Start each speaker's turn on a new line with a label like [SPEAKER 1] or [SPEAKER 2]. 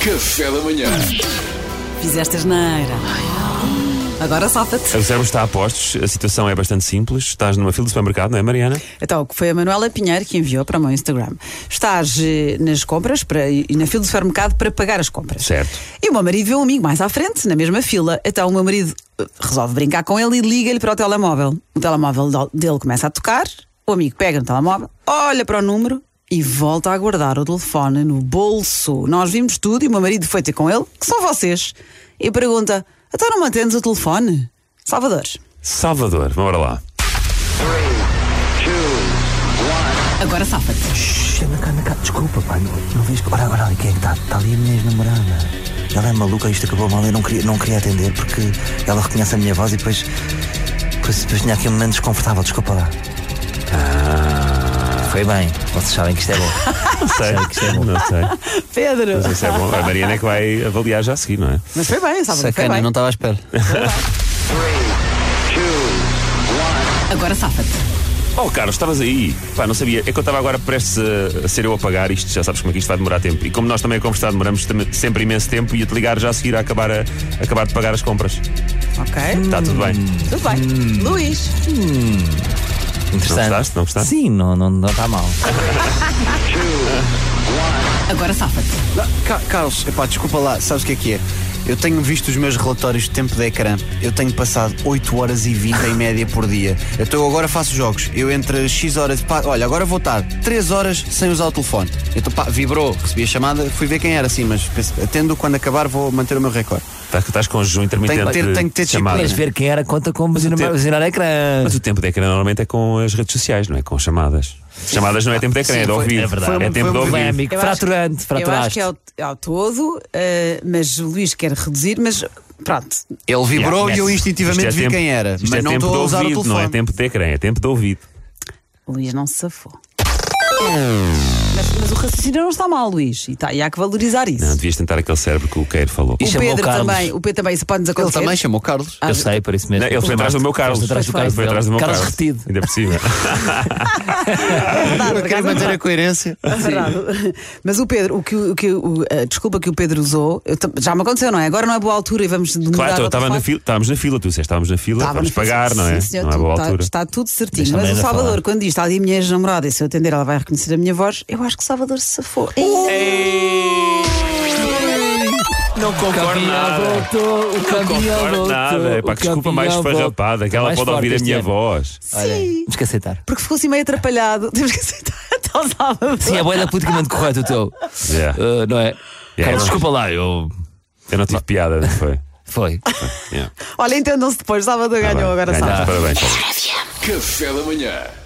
[SPEAKER 1] Café da manhã.
[SPEAKER 2] Fizeste asneira. Agora safa-te.
[SPEAKER 3] O cérebro está a postos, a situação é bastante simples. Estás numa fila de supermercado, não é, Mariana?
[SPEAKER 2] Então, o que foi a Manuela Pinheiro que enviou para o meu Instagram. Estás eh, nas compras para, e na fila do supermercado para pagar as compras.
[SPEAKER 3] Certo.
[SPEAKER 2] E o meu marido vê um amigo mais à frente, na mesma fila. Então o meu marido eh, resolve brincar com ele e liga-lhe para o telemóvel. O telemóvel do- dele começa a tocar, o amigo pega no telemóvel, olha para o número e volta a guardar o telefone no bolso. Nós vimos tudo e o meu marido foi ter com ele, que são vocês, e pergunta: Então não mantendes o telefone? Salvador.
[SPEAKER 3] Salvador, bora lá.
[SPEAKER 2] Agora safa-te.
[SPEAKER 4] Anda cá, anda cá. Desculpa, pá. Não, não vejo. que- Olha, olha, olha quem é que está. Está ali a minha ex-namorada. Ela é maluca, isto acabou mal. Eu não queria, não queria atender porque ela reconhece a minha voz e depois. Depois, depois tinha aqui um momento desconfortável. Desculpa lá. Foi bem. Vocês sabem que isto é bom.
[SPEAKER 3] Não sei, não sei.
[SPEAKER 2] Pedro.
[SPEAKER 3] Não sei se é bom. A Mariana é que vai avaliar já a seguir, não é?
[SPEAKER 2] Mas foi bem, Salvador. Foi bem.
[SPEAKER 4] estava à espera.
[SPEAKER 2] Agora safa-te.
[SPEAKER 3] Oh, Carlos, estavas aí. Pá, não sabia. É que eu estava agora prestes a, a ser eu a pagar isto. Já sabes como é que isto vai demorar tempo. E como nós também a conversar demoramos tam- sempre imenso tempo, ia-te ligar já a seguir a acabar, a, a acabar de pagar as compras.
[SPEAKER 2] Ok.
[SPEAKER 3] Está tudo bem.
[SPEAKER 2] Tudo bem. Luís.
[SPEAKER 4] Interessante.
[SPEAKER 3] Não gostaste? Não gostaste?
[SPEAKER 4] Sim, não, não, não está mal.
[SPEAKER 2] Agora safa-te.
[SPEAKER 5] Não, Ca- Carlos, epá, desculpa lá, sabes o que é que é? Eu tenho visto os meus relatórios de tempo de ecrã. Eu tenho passado 8 horas e 20 em média por dia. Então eu agora faço jogos. Eu entre X horas. Pá, olha, agora vou estar 3 horas sem usar o telefone. Então pá, vibrou, recebi a chamada, fui ver quem era assim, mas pense- atendo quando acabar, vou manter o meu recorde.
[SPEAKER 3] Estás, estás com jejum intermitente.
[SPEAKER 5] Tenho que ter-
[SPEAKER 3] de
[SPEAKER 5] tenho que ter
[SPEAKER 3] chamada.
[SPEAKER 4] Queres ver quem era, conta com buzinar,
[SPEAKER 3] Ah, é. Mas o
[SPEAKER 4] buzinar ecrã.
[SPEAKER 3] Mas o tempo de ecrã normalmente é com as redes sociais, não é? Com chamadas. Chamadas não é tempo de ecrã, é de
[SPEAKER 5] foi-
[SPEAKER 3] ouvir.
[SPEAKER 5] é verdade. Foi-
[SPEAKER 3] tempo
[SPEAKER 5] foi
[SPEAKER 3] de ouvir.
[SPEAKER 4] Polémico,
[SPEAKER 2] Eu acho-
[SPEAKER 4] fraturante,
[SPEAKER 2] Eu acho
[SPEAKER 4] fraturaste.
[SPEAKER 2] que é ao, ao todo, eh, mas o Luís quer reduzir, mas pronto.
[SPEAKER 5] Ele vibrou
[SPEAKER 3] Yeah,
[SPEAKER 5] e eu
[SPEAKER 3] yes.
[SPEAKER 5] instintivamente
[SPEAKER 3] Isto é
[SPEAKER 5] vi
[SPEAKER 3] tempo-
[SPEAKER 5] quem era.
[SPEAKER 3] Isto
[SPEAKER 5] Mas
[SPEAKER 3] é
[SPEAKER 5] não
[SPEAKER 3] tempo
[SPEAKER 5] estou
[SPEAKER 3] de
[SPEAKER 5] a usar o
[SPEAKER 3] ouvido,
[SPEAKER 5] telefone.
[SPEAKER 3] não é tempo de ecrã, é tempo de ouvido.
[SPEAKER 2] O Luís não se safou. Mas, mas o raciocínio não está mal, Luís. E, tá, e há que valorizar isso.
[SPEAKER 3] Não, devias tentar aquele cérebro que o Queiro falou.
[SPEAKER 4] E
[SPEAKER 2] o
[SPEAKER 4] chamou
[SPEAKER 2] Pedro
[SPEAKER 4] o Carlos.
[SPEAKER 2] também, o Pedro também, isso pode-nos
[SPEAKER 5] Ele
[SPEAKER 2] acontecer.
[SPEAKER 5] também chamou Carlos.
[SPEAKER 4] Eu sei, por isso mesmo.
[SPEAKER 3] Não, ele foi atrás do meu Carlos.
[SPEAKER 4] Foi atrás do Carlos.
[SPEAKER 3] Foi atrás do meu
[SPEAKER 4] Carlos
[SPEAKER 3] Carlos.
[SPEAKER 4] retido.
[SPEAKER 3] Ainda por cima.
[SPEAKER 2] Verdade,
[SPEAKER 5] Eu
[SPEAKER 2] por
[SPEAKER 5] quero
[SPEAKER 2] acaso é
[SPEAKER 5] manter a coerência.
[SPEAKER 2] verdade. Mas o Pedro, o que, o que- o- a desculpa que o Pedro usou, eu tam- já me aconteceu, não é? Agora não é boa altura e vamos mudar
[SPEAKER 3] Claro, então,
[SPEAKER 2] ao
[SPEAKER 3] estava
[SPEAKER 2] telefone.
[SPEAKER 3] na fila, estávamos na fila, tu disseste, estávamos na fila,
[SPEAKER 2] Estava
[SPEAKER 3] vamos
[SPEAKER 2] no Facebook.
[SPEAKER 3] pagar, não é?
[SPEAKER 2] Sim, senhor,
[SPEAKER 3] não é
[SPEAKER 2] tudo tá-
[SPEAKER 3] boa
[SPEAKER 2] está,
[SPEAKER 3] altura.
[SPEAKER 2] está tudo certinho.
[SPEAKER 4] Deixa a
[SPEAKER 2] Mas o
[SPEAKER 4] Mariana
[SPEAKER 2] Salvador,
[SPEAKER 4] falar.
[SPEAKER 2] quando diz está ali a minha ex-namorada e se eu atender ela vai reconhecer a minha voz, eu acho que o Salvador se safou.
[SPEAKER 3] Não concordo
[SPEAKER 4] Caminhão
[SPEAKER 3] nada.
[SPEAKER 4] voltou, o
[SPEAKER 3] Não
[SPEAKER 4] caminhão
[SPEAKER 3] concordo
[SPEAKER 4] voltou.
[SPEAKER 3] nada. É Pá,
[SPEAKER 4] o
[SPEAKER 3] que desculpa mais
[SPEAKER 4] caminhão
[SPEAKER 3] esfarrapada, que
[SPEAKER 4] voltou.
[SPEAKER 3] ela
[SPEAKER 4] tá Mais
[SPEAKER 3] pode
[SPEAKER 4] forte
[SPEAKER 3] ouvir a
[SPEAKER 4] este
[SPEAKER 3] minha
[SPEAKER 4] ano.
[SPEAKER 3] voz.
[SPEAKER 4] Olha,
[SPEAKER 2] Sim.
[SPEAKER 4] Temos que aceitar.
[SPEAKER 2] Porque ficou assim meio atrapalhado. Temos que aceitar. Então, Salvador.
[SPEAKER 4] Sim, é boa da politicamente correto o teu.
[SPEAKER 3] Yeah.
[SPEAKER 4] Uh, não é? Cara,
[SPEAKER 3] não.
[SPEAKER 4] desculpa lá, eu.
[SPEAKER 3] Eu não tive piada, não foi?
[SPEAKER 4] Foi.
[SPEAKER 3] Yeah.
[SPEAKER 2] Olha, entendam-se depois. Salvador
[SPEAKER 3] Tá
[SPEAKER 2] ganhou,
[SPEAKER 3] bem,
[SPEAKER 2] agora
[SPEAKER 3] ganhaste,
[SPEAKER 2] Salvador.
[SPEAKER 3] Parabéns.
[SPEAKER 1] Café da manhã.